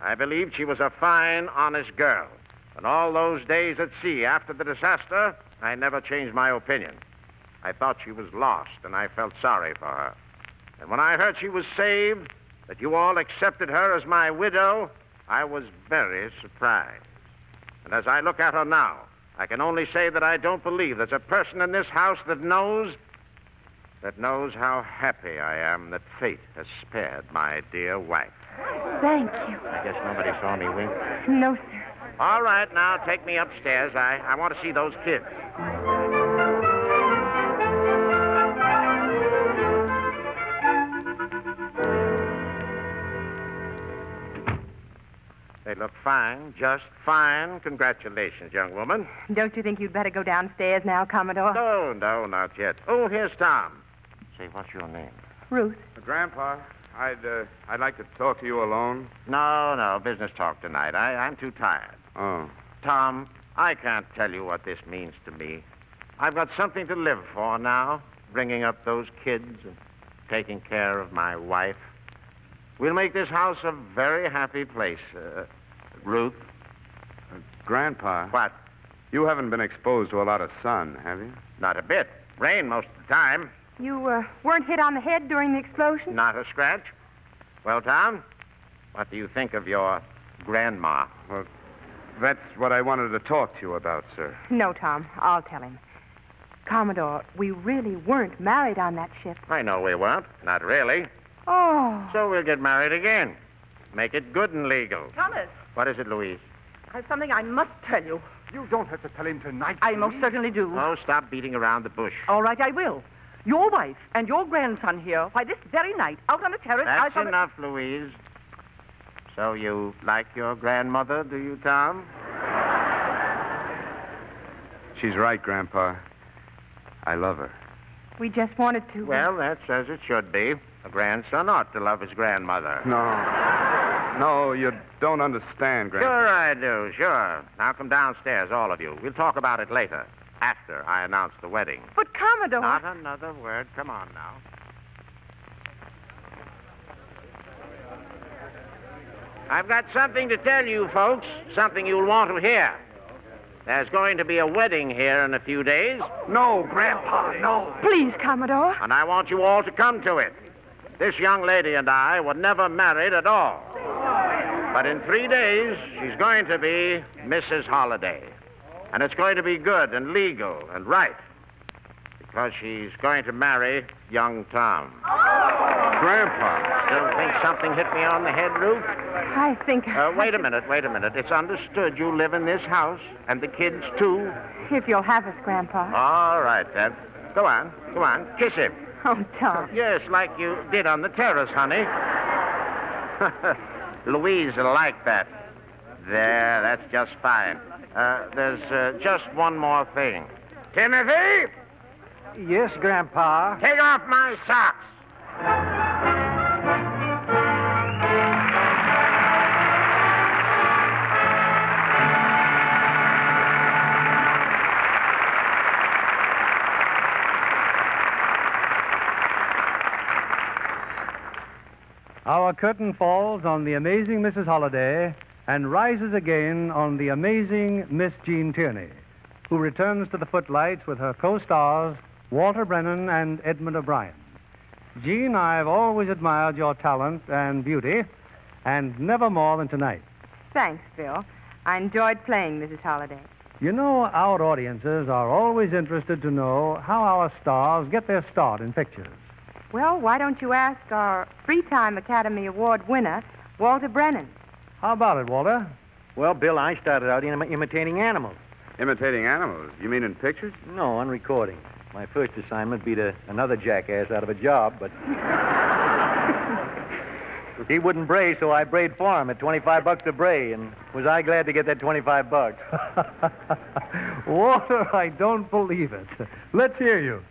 S16: I believed she was a fine, honest girl. But all those days at sea after the disaster, I never changed my opinion. I thought she was lost, and I felt sorry for her. And when I heard she was saved, that you all accepted her as my widow, I was very surprised. And as I look at her now, I can only say that I don't believe there's a person in this house that knows that knows how happy I am that fate has spared my dear wife.
S3: thank you.
S16: I guess nobody saw me wink.
S3: No, sir.
S16: All right, now take me upstairs. I, I want to see those kids. They look fine, just fine. Congratulations, young woman.
S3: Don't you think you'd better go downstairs now, Commodore?
S16: No, no, not yet. Oh, here's Tom. Say, what's your name?
S3: Ruth.
S16: Uh,
S9: Grandpa, I'd, uh, I'd like to talk to you alone.
S16: No, no, business talk tonight. I, I'm too tired.
S9: Oh.
S16: Tom, I can't tell you what this means to me. I've got something to live for now, bringing up those kids and taking care of my wife. We'll make this house a very happy place. Uh, Ruth?
S9: Grandpa.
S16: What?
S9: You haven't been exposed to a lot of sun, have you?
S16: Not a bit. Rain most of the time.
S3: You uh, weren't hit on the head during the explosion?
S16: Not a scratch. Well, Tom, what do you think of your grandma?
S9: Well, that's what I wanted to talk to you about, sir.
S3: No, Tom. I'll tell him. Commodore, we really weren't married on that ship.
S16: I know we weren't. Not really.
S3: Oh.
S16: So we'll get married again. Make it good and legal.
S21: Thomas,
S16: What is it, Louise?
S21: I have something I must tell you.
S20: You don't have to tell him tonight.
S21: I most certainly do.
S16: Oh, stop beating around the bush.
S21: All right, I will. Your wife and your grandson here, why, this very night, out on the terrace, I
S16: That's
S21: shall...
S16: enough, Louise. So you like your grandmother, do you, Tom?
S9: She's right, Grandpa. I love her.
S3: We just wanted to.
S16: Well, that's as it should be. A grandson ought to love his grandmother.
S9: No. No, you don't understand, Grandpa.
S16: Sure, I do, sure. Now come downstairs, all of you. We'll talk about it later, after I announce the wedding.
S3: But, Commodore.
S16: Not another word. Come on now. I've got something to tell you, folks. Something you'll want to hear. There's going to be a wedding here in a few days.
S22: No, Grandpa, no.
S16: Please, Commodore. And I want you all to come to it. This young lady and I were never married at all. But in three days, she's going to be Mrs. Holliday. And it's going to be good and legal and right. Because she's going to marry young Tom. Grandpa. Still think something hit me on the head, Ruth?
S3: I think.
S16: Uh, wait a minute, wait a minute. It's understood you live in this house, and the kids, too.
S3: If you'll have us, Grandpa.
S16: All right, then. Go on, go on. Kiss him.
S3: Oh, Tom.
S16: Yes, like you did on the terrace, honey. Louise will like that. There, that's just fine. Uh, there's uh, just one more thing. Timothy,
S4: Yes, Grandpa.
S16: take off my socks.
S2: Our curtain falls on the amazing Mrs. Holliday and rises again on the amazing Miss Jean Tierney, who returns to the footlights with her co stars, Walter Brennan and Edmund O'Brien. Jean, I've always admired your talent and beauty, and never more than tonight.
S3: Thanks, Bill. I enjoyed playing Mrs. Holliday.
S2: You know, our audiences are always interested to know how our stars get their start in pictures.
S3: Well, why don't you ask our three time Academy Award winner, Walter Brennan?
S2: How about it, Walter?
S4: Well, Bill, I started out im- imitating animals.
S9: Imitating animals? You mean in pictures?
S4: No, on recording. My first assignment be to another jackass out of a job, but he wouldn't bray, so I brayed for him at 25 bucks a bray, and was I glad to get that 25 bucks.
S2: Walter, I don't believe it. Let's hear you.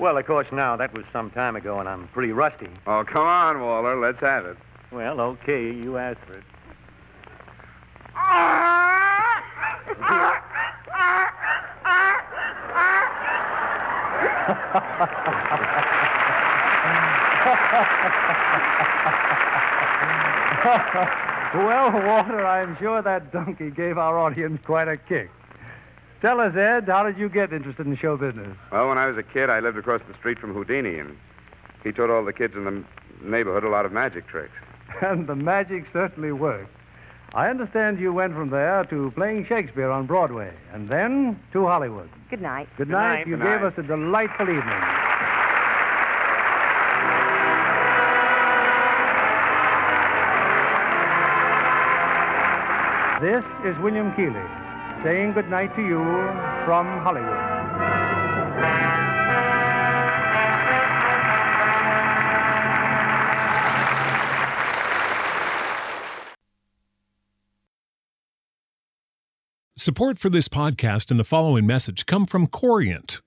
S4: Well, of course, now, that was some time ago, and I'm pretty rusty.
S9: Oh, come on, Waller. Let's have it.
S4: Well, okay, you asked for it.
S2: well, Walter, I'm sure that donkey gave our audience quite a kick. Tell us, Ed, how did you get interested in show business?
S9: Well, when I was a kid, I lived across the street from Houdini, and he taught all the kids in the m- neighborhood a lot of magic tricks.
S2: And the magic certainly worked. I understand you went from there to playing Shakespeare on Broadway, and then to Hollywood.
S3: Good night.
S2: Good, night. You gave us a delightful evening. This is William Keeley saying good night to you from Hollywood.
S23: Support for this podcast and the following message come from Corient.